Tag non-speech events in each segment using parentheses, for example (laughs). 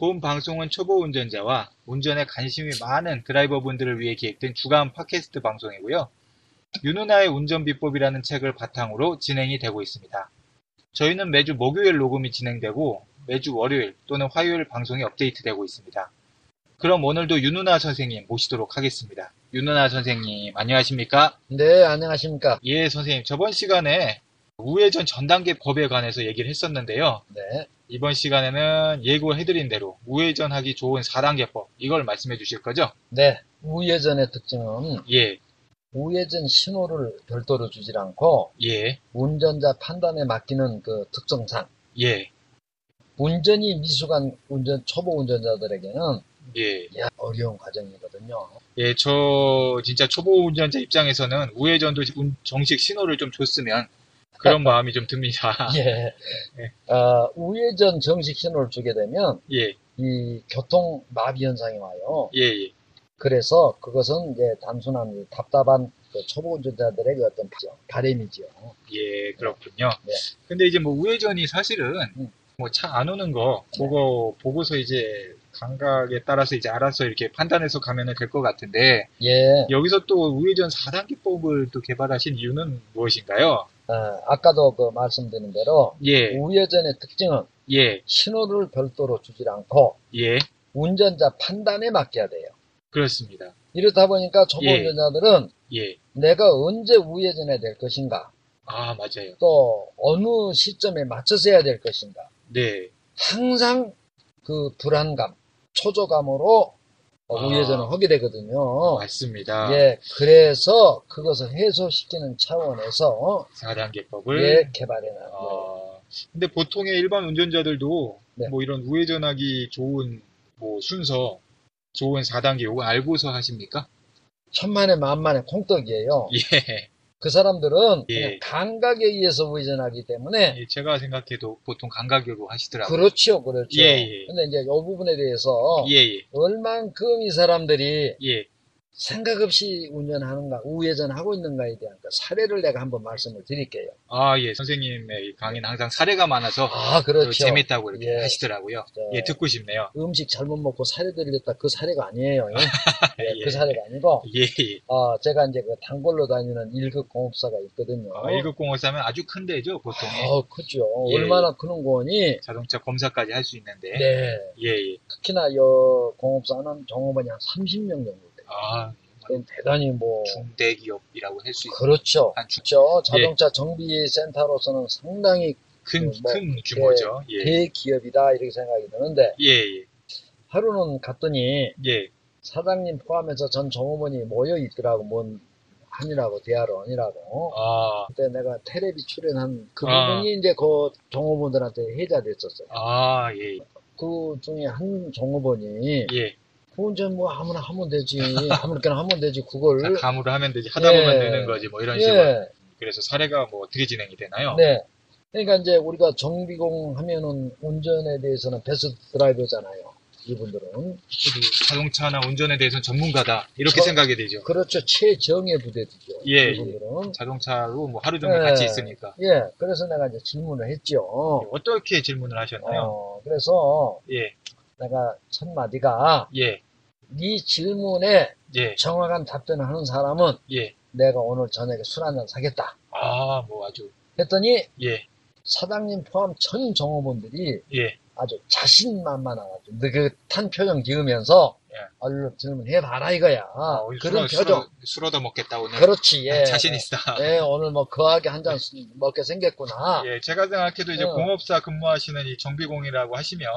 본 방송은 초보 운전자와 운전에 관심이 많은 드라이버분들을 위해 기획된 주간 팟캐스트 방송이고요. 유누나의 운전 비법이라는 책을 바탕으로 진행이 되고 있습니다. 저희는 매주 목요일 녹음이 진행되고 매주 월요일 또는 화요일 방송이 업데이트되고 있습니다. 그럼 오늘도 유누나 선생님 모시도록 하겠습니다. 유누나 선생님 안녕하십니까? 네, 안녕하십니까. 예, 선생님. 저번 시간에 우회전 전 단계 법에 관해서 얘기를 했었는데요. 네, 이번 시간에는 예고해드린 대로 우회전하기 좋은 4단계법, 이걸 말씀해 주실 거죠? 네. 우회전의 특징은 예, 우회전 신호를 별도로 주질 않고 예, 운전자 판단에 맡기는 그 특성상 예, 운전이 미숙한 운전 초보 운전자들에게는 예. 야, 어려운 과정이거든요. (laughs) 예, 저 진짜 초보 운전자 입장에서는 우회전도 운- 정식 신호를 좀 줬으면 그런 마음이 좀 듭니다. (laughs) 예. 아, 우회전 정식 신호를 주게 되면 예, 이 교통 마비 현상이 와요. 예, 예. 그래서 그것은 이제 단순한 이 답답한 그 초보 운전자들의 그 어떤 바램이지요. 예, 그렇군요. 네. 근데 이제 뭐 우회전이 사실은 음. 뭐 차 안 오는 거 그거 보고서 이제 감각에 따라서 이제 알아서 이렇게 판단해서 가면은 될 것 같은데 예. 여기서 또 우회전 4단계법을 또 개발하신 이유는 무엇인가요? 아, 아까도 그 말씀드린 대로 예, 우회전의 특징은 예, 신호를 별도로 주질 않고 예, 운전자 판단에 맡겨야 돼요. 그렇습니다. 이렇다 보니까 초보 예. 운전자들은 예, 내가 언제 우회전해야 될 것인가, 아 맞아요. 또 어느 시점에 맞춰서 해야 될 것인가, 네, 항상 그 불안감, 초조감으로 어, 아. 우회전을 하게 되거든요. 맞습니다. 예, 그래서 그것을 해소시키는 차원에서 4단계법을 예, 개발해 아, 나가요. 근데 보통의 일반 운전자들도 네. 뭐 이런 우회전하기 좋은 뭐 순서, 좋은 4단계 요거 알고서 하십니까? 천만에 만만의 콩떡이에요. 예. 그 사람들은 예. 그냥 감각에 의해서 우회전하기 때문에 예, 제가 생각해도 보통 감각으로 하시더라고요. 그렇죠, 그렇죠. 예, 예. 근데 이제 이 부분에 대해서 예, 예, 얼만큼 이 사람들이 예. 생각 없이 운전하는가, 우회전하고 있는가에 대한 그 사례를 내가 한번 말씀을 드릴게요. 아, 예. 선생님의 이 강의는 항상 사례가 많아서 아, 또 그렇죠. 재밌다고 이렇게 예. 하시더라고요. 저 예, 듣고 싶네요. 음식 잘못 먹고 사례 들렸다 그 사례가 아니에요. 예, (laughs) 예. 그 사례가 아니고, 예, 예. 아, 제가 이제 그 단골로 다니는 일급 공업사가 있거든요. 아, 1급공업사면 아주 큰 데죠, 보통. 어. 아, 그죠. 예. 얼마나 그런 거니? 자동차 검사까지 할 수 있는데. 네. 예, 예. 특히나 요 공업사는 종업원이 한 30명 정도 돼요. 아, 그럼 대단히 뭐, 중대기업이라고 할 수 있는 그렇죠. 한 중- 그렇죠. 자동차 예. 정비센터로서는 상당히 큰, 뭐, 큰 규모죠. 예, 대기업이다 이렇게 생각이 드는데 예, 예. 하루는 갔더니 예. 사장님 포함해서 전 종업원이 모여 있더라고 뭔 한이라고 대하러 언이라고 아, 그때 내가 텔레비 출연한 그 아. 부분이 이제 그 종업원들한테 해자됐었어요. 아, 예, 그 중에 한 종업원이 예. 혼자 뭐 아무나 (laughs) 하면 되지 아무렇게나 하면 되지 그걸 다 감으로 하면 되지. 하다 보면 예. 되는 거지. 뭐 이런 식으로. 예, 그래서 사례가 뭐 어떻게 진행이 되나요? 네. 그러니까 이제 우리가 정비공 하면은 운전에 대해서는 베스트 드라이버잖아요. 이분들은 저도 자동차나 운전에 대해서는 전문가다. 이렇게 저- 생각이 되죠. 그렇죠. 최정예 부대들이죠. 예, 이분들은. 자동차로 뭐 하루 종일 예. 같이 있으니까. 예, 그래서 내가 이제 질문을 했죠. 어떻게 질문을 하셨나요? 어, 그래서 예, 내가 첫 마디가 예, 네 질문에 예, 정확한 답변을 하는 사람은 예. 내가 오늘 저녁에 술 한잔 사겠다. 아, 뭐 아주. 했더니 예, 사장님 포함 전 종업원들이 예. 아주 자신만만하고 느긋한 표정 지으면서 알로 질문해봐라 이거야. 예. 어, 술, 아, 그런 술, 표정. 술 얻어 먹겠다 오늘. 그렇지. 예. 자신 있어. 예, 오늘 뭐 거하게 한 잔 먹게 생겼구나. 예, 제가 생각해도 이제 어. 공업사 근무하시는 이 정비공이라고 하시면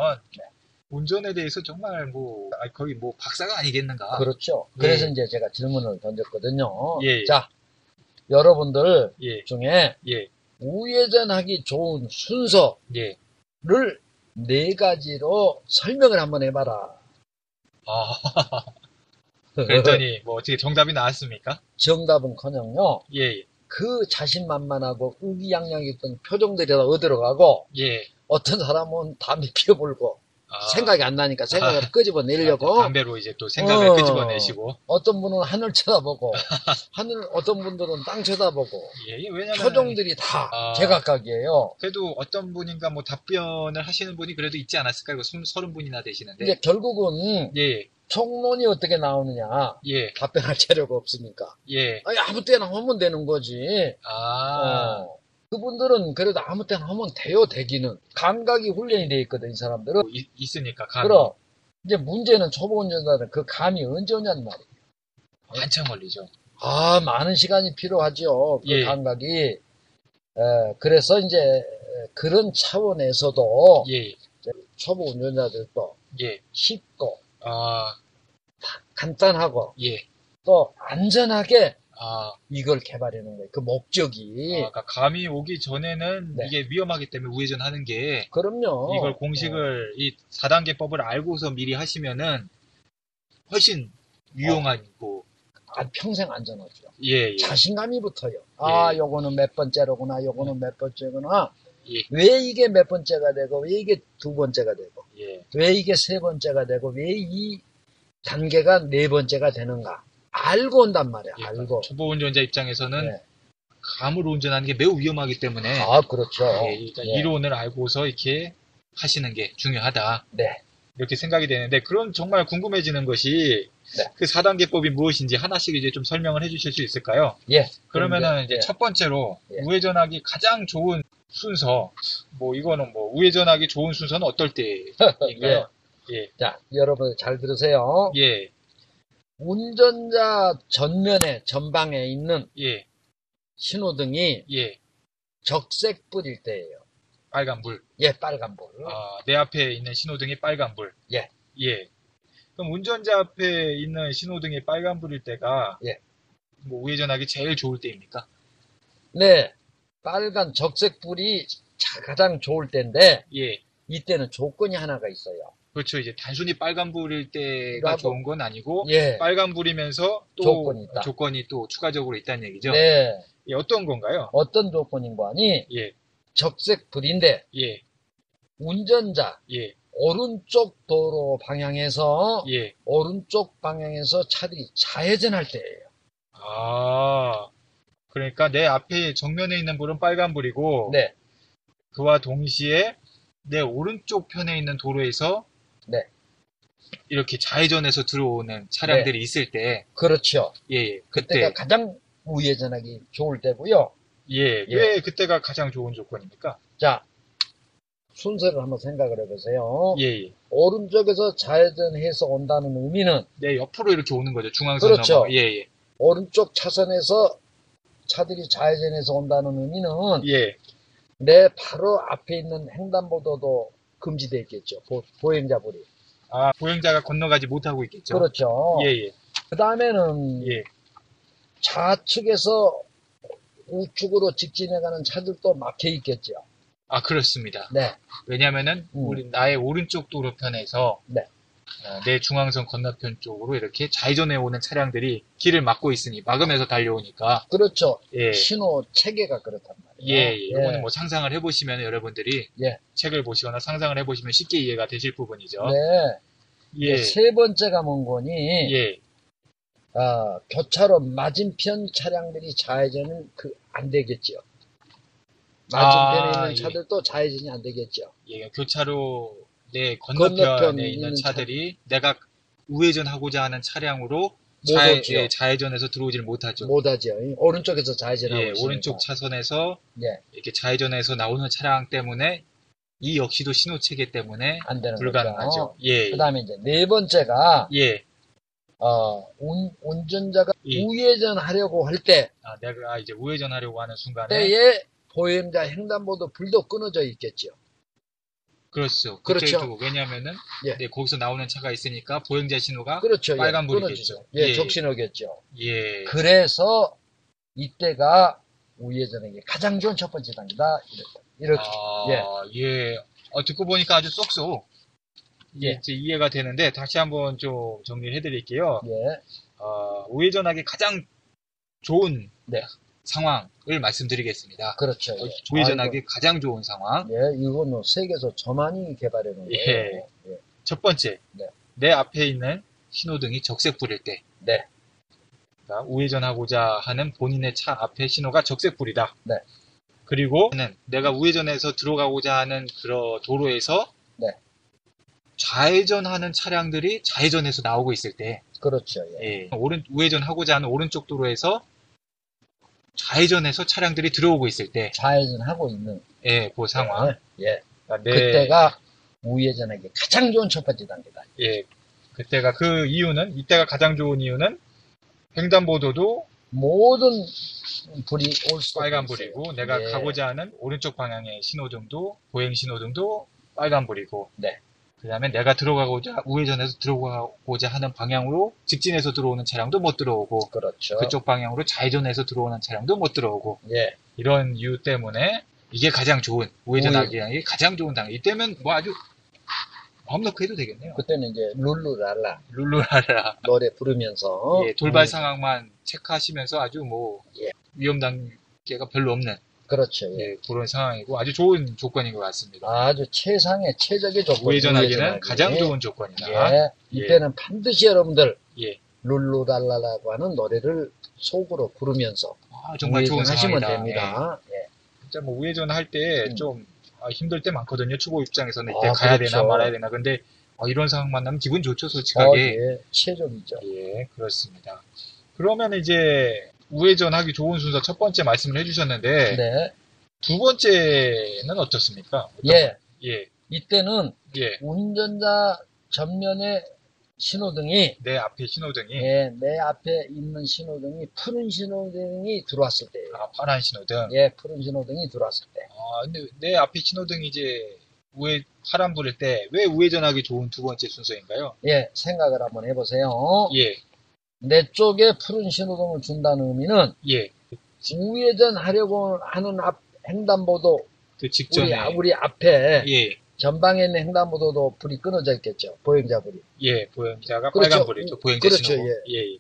운전에 대해서 정말 뭐 아, 거의 뭐 박사가 아니겠는가. 그렇죠. 예. 그래서 이제 제가 질문을 던졌거든요. 예, 예. 자, 여러분들 예, 중에 예, 우회전하기 좋은 순서를 예. 네 가지로 설명을 한번 해봐라. 아, 네. (laughs) 그랬더니 뭐 어떻게 정답이 나왔습니까? 정답은커녕요. 예, 그 자신만만하고 우기양양 있던 표정들이 다 어디로 가고 예. 어떤 사람은 담이 피어불고 아, 생각이 안 나니까 생각을 끄집어 내려고 담배로 이제 또 생각을 어. 끄집어내시고. 어떤 분은 (laughs) 하늘 쳐다보고 하늘 어떤 분들은 땅 쳐다보고 예, 예, 왜냐면 표정들이 다 아. 제각각이에요. 그래도 어떤 분인가 뭐 답변을 하시는 분이 그래도 있지 않았을까? 이거 스무- 서른 분이나 되시는데. 이제 결국은 예, 총론이 어떻게 나오느냐 예, 답변할 재료가 없으니까 예. 아니, 아무 때나 하면 되는 거지. 아, 어. 그분들은 그래도 아무 때나 하면 돼요 되기는 감각이 훈련이 돼 있거든 이 사람들은. 뭐 있, 있으니까 감 그럼 이제 문제는 초보 운전자는 그 감이 언제 오냐는 말이에요. 한참 걸리죠. 아, 많은 시간이 필요하죠. 그 예. 감각이. 에, 그래서 이제 그런 차원에서도 예, 초보 운전자들도 예. 쉽고 아, 간단하고 예. 또 안전하게 아, 이걸 개발하는 거예요. 그 목적이. 아까 그러니까 감이 오기 전에는 네. 어, 이게 위험하기 때문에 우회전하는 게 그럼요. 이걸 공식을 이 4단계법을 알고서 미리 하시면은 훨씬 어. 유용하고 아, 평생 안전하죠. 예, 예. 자신감이 붙어요. 아, 예. 요거는 몇 번째로구나, 요거는 몇 번째구나. 예. 왜 이게 몇 번째가 되고, 왜 이게 두 번째가 되고, 예. 왜 이게 세 번째가 되고, 왜 이 단계가 네 번째가 되는가. 알고 온단 말이야, 예, 알고. 초보 운전자 입장에서는 네. 감으로 운전하는 게 매우 위험하기 때문에 아, 그렇죠. 예, 일단 예. 이론을 알고서 이렇게 하시는 게 중요하다. 네. 이렇게 생각이 되는데 그럼 정말 궁금해지는 것이 네. 그 4단계법이 무엇인지 하나씩 이제 좀 설명을 해 주실 수 있을까요? 예. 그러면은 이제 예. 첫 번째로 예. 우회전하기 가장 좋은 순서 뭐 이거는 뭐 우회전하기 좋은 순서는 어떨 때인가요? 자, 여러분 잘 들으세요. 예, 운전자 전면에, 전방에 있는 예, 신호등이 예, 적색불일 때예요 빨간 불. 예, 빨간불. 아, 내 앞에 있는 신호등이 빨간 불. 예. 예. 그럼 운전자 앞에 있는 신호등이 빨간 불일 때가 예. 뭐 우회전하기 제일 좋을 때입니까? 네, 빨간 적색불이 자- 가장 좋을 때인데 예. 이때는 조건이 하나가 있어요. 그렇죠. 이제 단순히 빨간 불일 때가 나도- 좋은 건 아니고 예, 빨간 불이면서 또 조건이 있다. 조건이 또 추가적으로 있다는 얘기죠. 네, 예, 어떤 건가요? 어떤 조건인 거 아니? 예, 적색불인데 예, 운전자 예, 오른쪽 도로 방향에서 예. 오른쪽 방향에서 차들이 좌회전할 때예요. 아, 그러니까 내 앞에 정면에 있는 불은 빨간 불이고 네, 그와 동시에 내 오른쪽 편에 있는 도로에서 네. 이렇게 좌회전해서 들어오는 차량들이 있을 때, 그렇죠. 예, 예, 네. 그때가 그때, 가장 우회전하기 좋을 때고요. 예, 예. 왜 그때가 가장 좋은 조건입니까? 자, 순서를 한번 생각을 해보세요. 예, 예. 오른쪽에서 좌회전해서 온다는 의미는 내 옆으로 이렇게 오는 거죠. 중앙선 그렇죠. 넘어. 예, 예, 오른쪽 차선에서 차들이 좌회전해서 온다는 의미는 예, 내 바로 앞에 있는 횡단보도도 금지돼 있겠죠. 보, 행자불이 아, 보행자가 건너가지 못하고 있겠죠. 그렇죠. 예, 예, 그 다음에는 예, 좌측에서 우측으로 직진해가는 차들도 막혀 있겠죠. 아, 그렇습니다. 네. 왜냐면은 음. 우리 나의 오른쪽 도로편에서 네. 어, 내 중앙선 건너편 쪽으로 이렇게 좌회전해 오는 차량들이 길을 막고 있으니 막으면서 달려오니까 그렇죠. 예. 신호 체계가 그렇단 말이에요. 네. 예, 예. 거는뭐 상상을 해보시면 여러분들이 예. 책을 보시거나 상상을 해보시면 쉽게 이해가 되실 부분이죠. 네. 예, 세 번째가 뭔 거니, 예, 아, 교차로 맞은편 차량들이 좌회전은 그, 안 되겠죠. 맞은편에 아, 있는 예. 차들도 좌회전이 안 되겠죠. 예. 교차로 내 건너편에 건너편에 있는 있는 차들이 내가 우회전하고자 하는 차량으로 못 좌회, 오지요. 예, 좌회전해서 들어오질 못하죠. 못하죠. 오른쪽에서 좌회전하고 예, 있으니까. 오른쪽 차선에서 예. 이렇게 좌회전해서 나오는 차량 때문에 이 역시도 신호 체계 때문에 안 되는 불가능하죠. 거죠. 예, 아, 그렇죠. 그 다음에 이제 네 번째가, 예. 어, 운, 운전자가 예. 우회전하려고 할 때, 아, 내가 이제 우회전하려고 하는 순간에 때에 보행자 횡단보도 불도 끊어져 있겠죠. 그렇죠. 그렇죠. 그렇죠. 왜냐하면은 예. 네, 거기서 나오는 차가 있으니까 보행자 신호가 그렇죠. 예, 빨간불이겠죠. 끊어지죠. 예, 예. 적신호겠죠. 예, 그래서 이때가 우회전에게 가장 좋은 첫 번째 단계다. 이렇게. 이렇게. 아, 예. 어, 듣고 보니까 아주 쏙쏙 예. 이제 이해가 되는데 다시 한번 좀 정리를 해드릴게요. 예. 어, 우회전하기 가장 좋은 네. 상황을 말씀드리겠습니다. 그렇죠. 어, 예. 우회전하기 가장 좋은 상황. 아, 이거- 예, 이거는 세계에서 저만이 개발해 놓은 거예요. 예. 예. 첫 번째, 네. 내 앞에 있는 신호등이 적색불일 때. 네. 그러니까 우회전하고자 하는 본인의 차 앞에 신호가 적색불이다. 네. 그리고는 내가 우회전해서 들어가고자 하는 그런 도로에서 네. 좌회전하는 차량들이 좌회전해서 나오고 있을 때, 그렇죠. 예. 예. 오른 우회전하고자 하는 오른쪽 도로에서 좌회전해서 차량들이 들어오고 있을 때, 좌회전하고 있는 예, 그 상황. 예. 그러니까 내- 그때가 우회전에게 가장 좋은 첫 번째 단계다. 예, 그때가 그 이유는 이때가 가장 좋은 이유는 횡단보도도 모든 불이 올 수가 예. 빨간불이고 내가 가고자 하는 오른쪽 방향의 신호등도 보행 신호등도 빨간불이고 네. 그다음에 내가 들어가고자 우회전해서 들어가고자 하는 방향으로 직진해서 들어오는 차량도 못 들어오고 그렇죠. 그쪽 방향으로 좌회전해서 들어오는 차량도 못 들어오고 예. 이런 이유 때문에 이게 가장 좋은 우회전하기 이 가장 좋은 당 이때면 뭐 아주 마음 놓고 해도 되겠네요. 그때는 이제 룰루랄라 룰루랄라. 노래 부르면서 예, 돌발 음, 상황만 체크하시면서 아주 뭐 예. 위험 단계가 별로 없는 그렇죠. 예. 예, 그런 상황이고 아주 좋은 조건인 것 같습니다. 아주 최상의 최적의 조건 우회전하기는 우회전하기. 가장 좋은 조건이다. 네. 예. 이때는 반드시 여러분들 예. 룰루랄라라고 하는 노래를 속으로 부르면서 아, 정말 좋은 우회전하시면 상황이다. 예. 됩니다. 예. 진짜 뭐 우회전할 때 음. 좀 아, 힘들 때 많거든요. 초보 입장에서는 이때 아, 가야 그렇죠. 되나 말아야 되나. 근데 어, 이런 상황 만나면 기분 좋죠, 어, 솔직하게. 예. 최적이죠. 예, 그렇습니다. 그러면 이제 우회전하기 좋은 순서 첫 번째 말씀을 해주셨는데 네. 두 번째는 어떻습니까? 어떤- 예. 예, 이때는 예. 운전자 전면에 신호등이 내 앞에 신호등이 예, 내 앞에 있는 신호등이 푸른 신호등이 들어왔을 때예요. 아, 파란 신호등. 예, 푸른 신호등이 들어왔을 때. 아, 근데 내 앞에 신호등이 이제 우회 파란 불일 때 왜 우회전하기 좋은 두 번째 순서인가요? 예, 생각을 한번 해보세요. 예, 내 쪽에 푸른 신호등을 준다는 의미는 예. 우회전하려고 하는 앞 횡단보도 그 우리, 직전에 앞- 우리 앞에 예, 전방에 있는 횡단보도도 불이 끊어져 있겠죠. 보행자 불이. 예. 보행자가 그렇죠. 빨간 불이죠. 보행자 그렇죠, 신호고. 예. 예.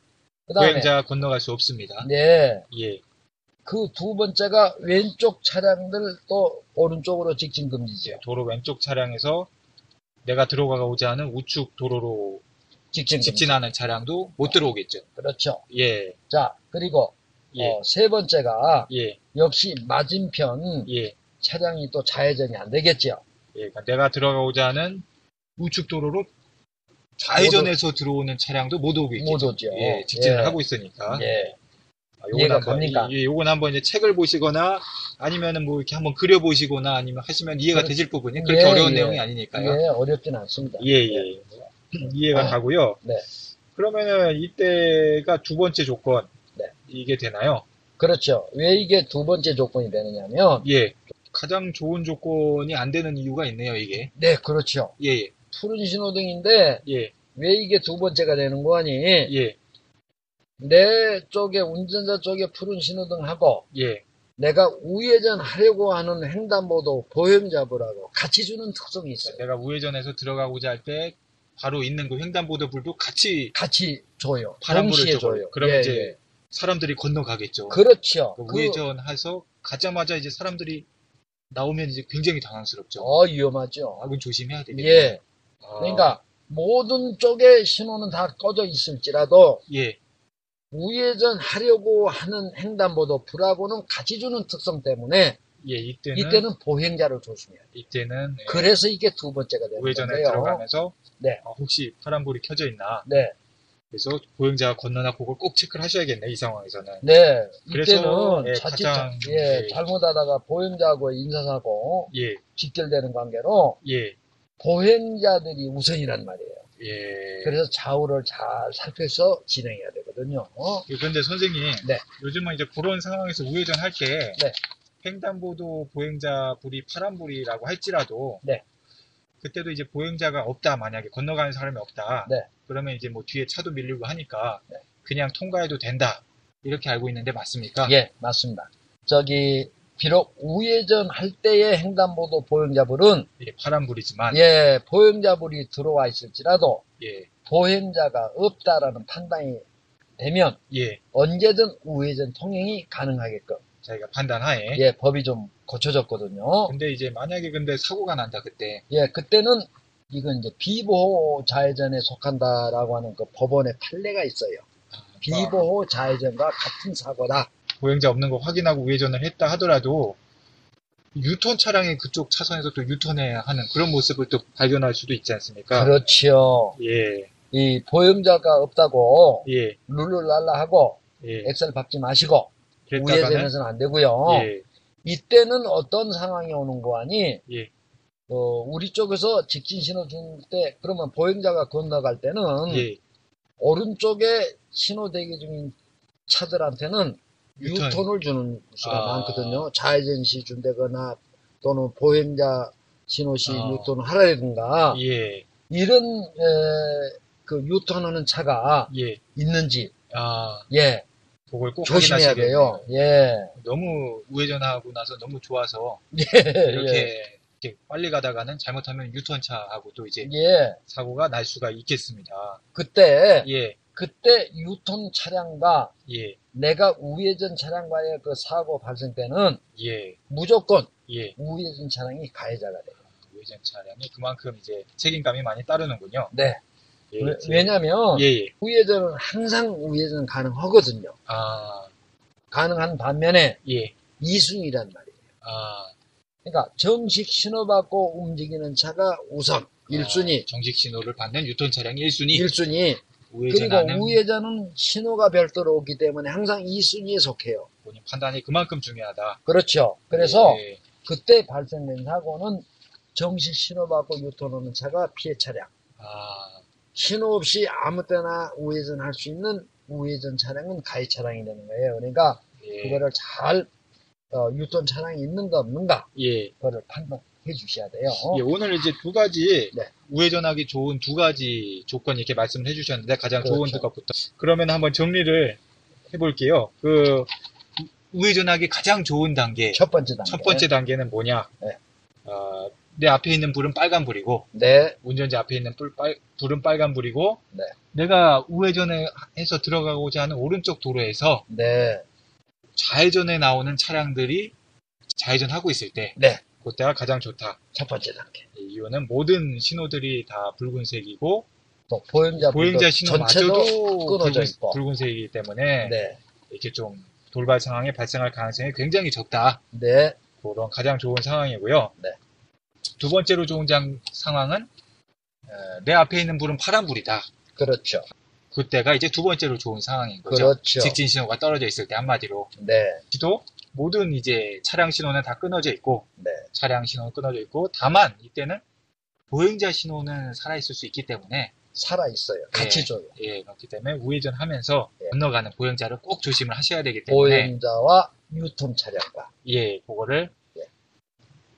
그다음에 보행자 건너갈 수 없습니다. 네. 예. 그 두 번째가 왼쪽 차량들 또 오른쪽으로 직진 금지죠. 도로 왼쪽 차량에서 내가 들어가고자 하는 우측 도로로 직진 금지. 직진하는 차량도 못 들어오겠죠. 그렇죠. 예, 자, 그리고 예, 어, 세 번째가 예, 역시 맞은편 예, 차량이 또 좌회전이 안 되겠죠. 예. 그러니까 내가 들어가고자 하는 우측 도로로 좌회전해서 들어오는 차량도 못 오겠죠. 못 오죠. 예, 직진을 예. 하고 있으니까. 예. 아, 요건 이해가 한번, 갑니까? 예, 요건 한번 이제 책을 보시거나 아니면은 뭐 이렇게 한번 그려보시거나 아니면 하시면 이해가 그렇- 되실 부분이 그렇게 예, 어려운 예. 내용이 아니니까요. 예, 어렵진 않습니다. 예, 예. (clears throat) 이해가 아, 가고요. 네. 그러면은 이때가 두 번째 조건. 네. 이게 되나요? 그렇죠. 왜 이게 두 번째 조건이 되느냐면, 예. 가장 좋은 조건이 안 되는 이유가 있네요, 이게. 네, 그렇죠. 예, 예, 푸른 신호등인데, 예, 왜 이게 두 번째가 되는 거니? 예, 내 쪽에, 운전자 쪽에 푸른 신호등하고, 예. 내가 우회전 하려고 하는 횡단보도 보행자부라고 같이 주는 특성이 있어요. 네, 내가 우회전해서 들어가고자 할 때 바로 있는 그 횡단보도 불도 같이 같이 줘요. 파란불을 동시에 줘요. 줘요. 그러면 예, 이제 예. 사람들이 건너가겠죠. 그렇죠. 그 그- 우회전해서 가자마자 이제 사람들이 나오면 이제 굉장히 당황스럽죠. 어, 위험하죠. 악은 조심해야 되겠네. 예. 아, 그러니까 모든 쪽에 신호는 다 꺼져 있을지라도 예, 우회전 하려고 하는 횡단보도 불하고는 같이 주는 특성 때문에 예, 이때는 이때는 보행자를 조심해요. 이때는, 예, 그래서 이게 두 번째가 되는 우회전에 건데요. 들어가면서 아, 네. 어, 혹시 파란불이 켜져 있나 네, 그래서 보행자가 건너나 그걸 꼭 체크를 하셔야겠네 이 상황에서는. 네, 그래서, 이때는 예, 자칫 가장, 자- 예. 예, 잘못하다가 보행자하고 인사사고 예, 직결되는 관계로 예, 보행자들이 우선이란 말이에요. 예. 그래서 좌우를 잘 살펴서 진행해야 되거든요. 어? 예, 그런데 선생님, 네. 요즘은 이제 그런 상황에서 우회전 할 때 네. 횡단보도 보행자 불이 파란 불이라고 할지라도 네. 그때도 이제 보행자가 없다 만약에 건너가는 사람이 없다 네. 그러면 이제 뭐 뒤에 차도 밀리고 하니까 네. 그냥 통과해도 된다 이렇게 알고 있는데 맞습니까? 예, 맞습니다. 저기 비록 우회전 할 때의 횡단보도 보행자불은 예, 파란 불이지만 예, 보행자불이 들어와 있을지라도 예, 보행자가 없다라는 판단이 되면 예, 언제든 우회전 통행이 가능하게끔 자기가 판단하에 예, 법이 좀 고쳐졌거든요. 근데 이제 만약에 근데 사고가 난다 그때 예, 그때는 이건 이제 비보호 좌회전에 속한다라고 하는 그 법원의 판례가 있어요. 비보호 좌회전과 같은 사고다. 보행자 없는 거 확인하고 우회전을 했다 하더라도 유턴 차량이 그쪽 차선에서 또 유턴해야 하는 그런 모습을 또 발견할 수도 있지 않습니까? 그렇지요. 예, 이 보행자가 없다고 예, 룰루랄라 하고 예. 엑셀 밟지 마시고 그랬다가는 우회전해서는 안 되고요. 예, 이때는 어떤 상황이 오는 거 아니? 예. 어, 우리 쪽에서 직진 신호 줄 때 그러면 보행자가 건너갈 때는 예, 음. 오른쪽에 신호 대기 중인 차들한테는 유턴. 유턴을 주는 수가 아. 많거든요. 좌회전 시 준다거나 또는 보행자 신호 시 아. 유턴을 하라든가 예, 이런 에, 그 유턴하는 차가 예. 있는지 아, 예 그걸 꼭 조심해야 확인하시겠네요. 돼요. 예. 너무 우회전하고 나서 너무 좋아서 예. 이렇게, 이렇게 빨리 가다가는 잘못하면 유턴차하고 또 이제 (laughs) 예. 사고가 날 수가 있겠습니다. 그때 예, 그때 유턴 차량과 예, 내가 우회전 차량과의 그 사고 발생 때는 예, 무조건 예. 우회전 차량이 가해자가 돼요. 우회전 차량이 그만큼 이제 책임감이 많이 따르는군요. 네. 예, 왜- 이제- 왜냐면 예, 예. 우회전은 항상 우회전 가능하거든요. 아, 가능한 반면에 예, 이순이란 말이에요. 아. 그러니까 정식 신호받고 움직이는 차가 우선 일순위 아, 정식 신호를 받는 유턴 차량이 1순위. 일순위 그리고 우회전하는 우회전은 신호가 별도로 오기 때문에 항상 이순위에 속해요. 본인 판단이 그만큼 중요하다. 그렇죠. 그래서 예, 그때 발생된 사고는 정식 신호받고 유턴하는 차가 피해 차량, 아, 신호 없이 아무 때나 우회전할 수 있는 우회전 차량은 가해 차량이 되는 거예요. 그러니까 예, 그거를 잘 어, 유턴 차량이 있는가 없는가 예. 그거를 판단해 주셔야 돼요. 예, 오늘 이제 두 가지 어? 네. 우회전하기 좋은 두 가지 조건 이렇게 말씀을 해주셨는데 가장 좋은 그렇죠. 것부터 그러면 한번 정리를 해볼게요. 그 우회전하기 가장 좋은 단계 첫, 첫 번째 단계. 번째 단계는 뭐냐? 네. 어, 내 앞에 있는 불은 빨간 불이고 네, 운전자 앞에 있는 불, 빨, 불은 빨간 불이고 네. 내가 우회전을 해서 들어가고자 하는 오른쪽 도로에서 네, 좌회전에 나오는 차량들이 좌회전하고 있을 때 네. 그때가 가장 좋다. 첫 번째 단계. 이 이유는 모든 신호들이 다 붉은색이고 또 보행자 보행자 불도 신호마저도 끊어져 붉은, 있고. 붉은색이기 때문에 네, 이렇게 좀 돌발 상황이 발생할 가능성이 굉장히 적다. 네, 그런 가장 좋은 상황이고요. 네. 두 번째로 좋은 장- 상황은 어, 내 앞에 있는 불은 파란 불이다. 그렇죠, 그때가 이제 두 번째로 좋은 상황인 거죠. 그렇죠. 직진 신호가 떨어져 있을 때 한마디로 네, 도 모든 이제 차량 신호는 다 끊어져 있고 네. 차량 신호는 끊어져 있고 다만 이때는 보행자 신호는 살아 있을 수 있기 때문에 살아 있어요. 같이 네. 줘요. 예, 그렇기 때문에 우회전하면서 예. 건너가는 보행자를 꼭 조심을 하셔야 되기 때문에 보행자와 유턴 차량과 예, 그거를 예.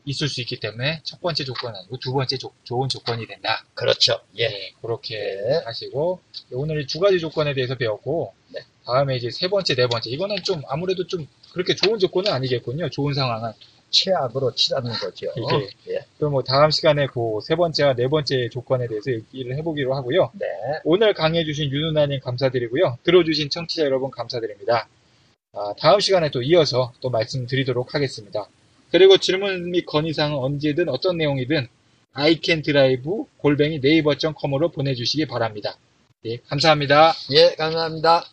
있을 수 있기 때문에 첫 번째 조건은 아니고 두 번째 조- 좋은 조건이 된다. 그렇죠. 예, 예, 그렇게 예. 하시고 오늘 이두 가지 조건에 대해서 배웠고 네. 다음에 이제 세 번째, 네 번째 이거는 좀 아무래도 좀 그렇게 좋은 조건은 아니겠군요. 좋은 상황은 최악으로 치닫는 거죠. 이게. 예, 그럼 뭐 다음 시간에 그 세 번째와 네 번째 조건에 대해서 얘기를 해보기로 하고요. 네, 오늘 강의해주신 윤은아님 감사드리고요. 들어주신 청취자 여러분 감사드립니다. 아, 다음 시간에 또 이어서 또 말씀드리도록 하겠습니다. 그리고 질문 및 건의사항은 언제든 어떤 내용이든 iCanDrive 골뱅이 네이버.com으로 보내주시기 바랍니다. 예, 감사합니다. 예, 감사합니다.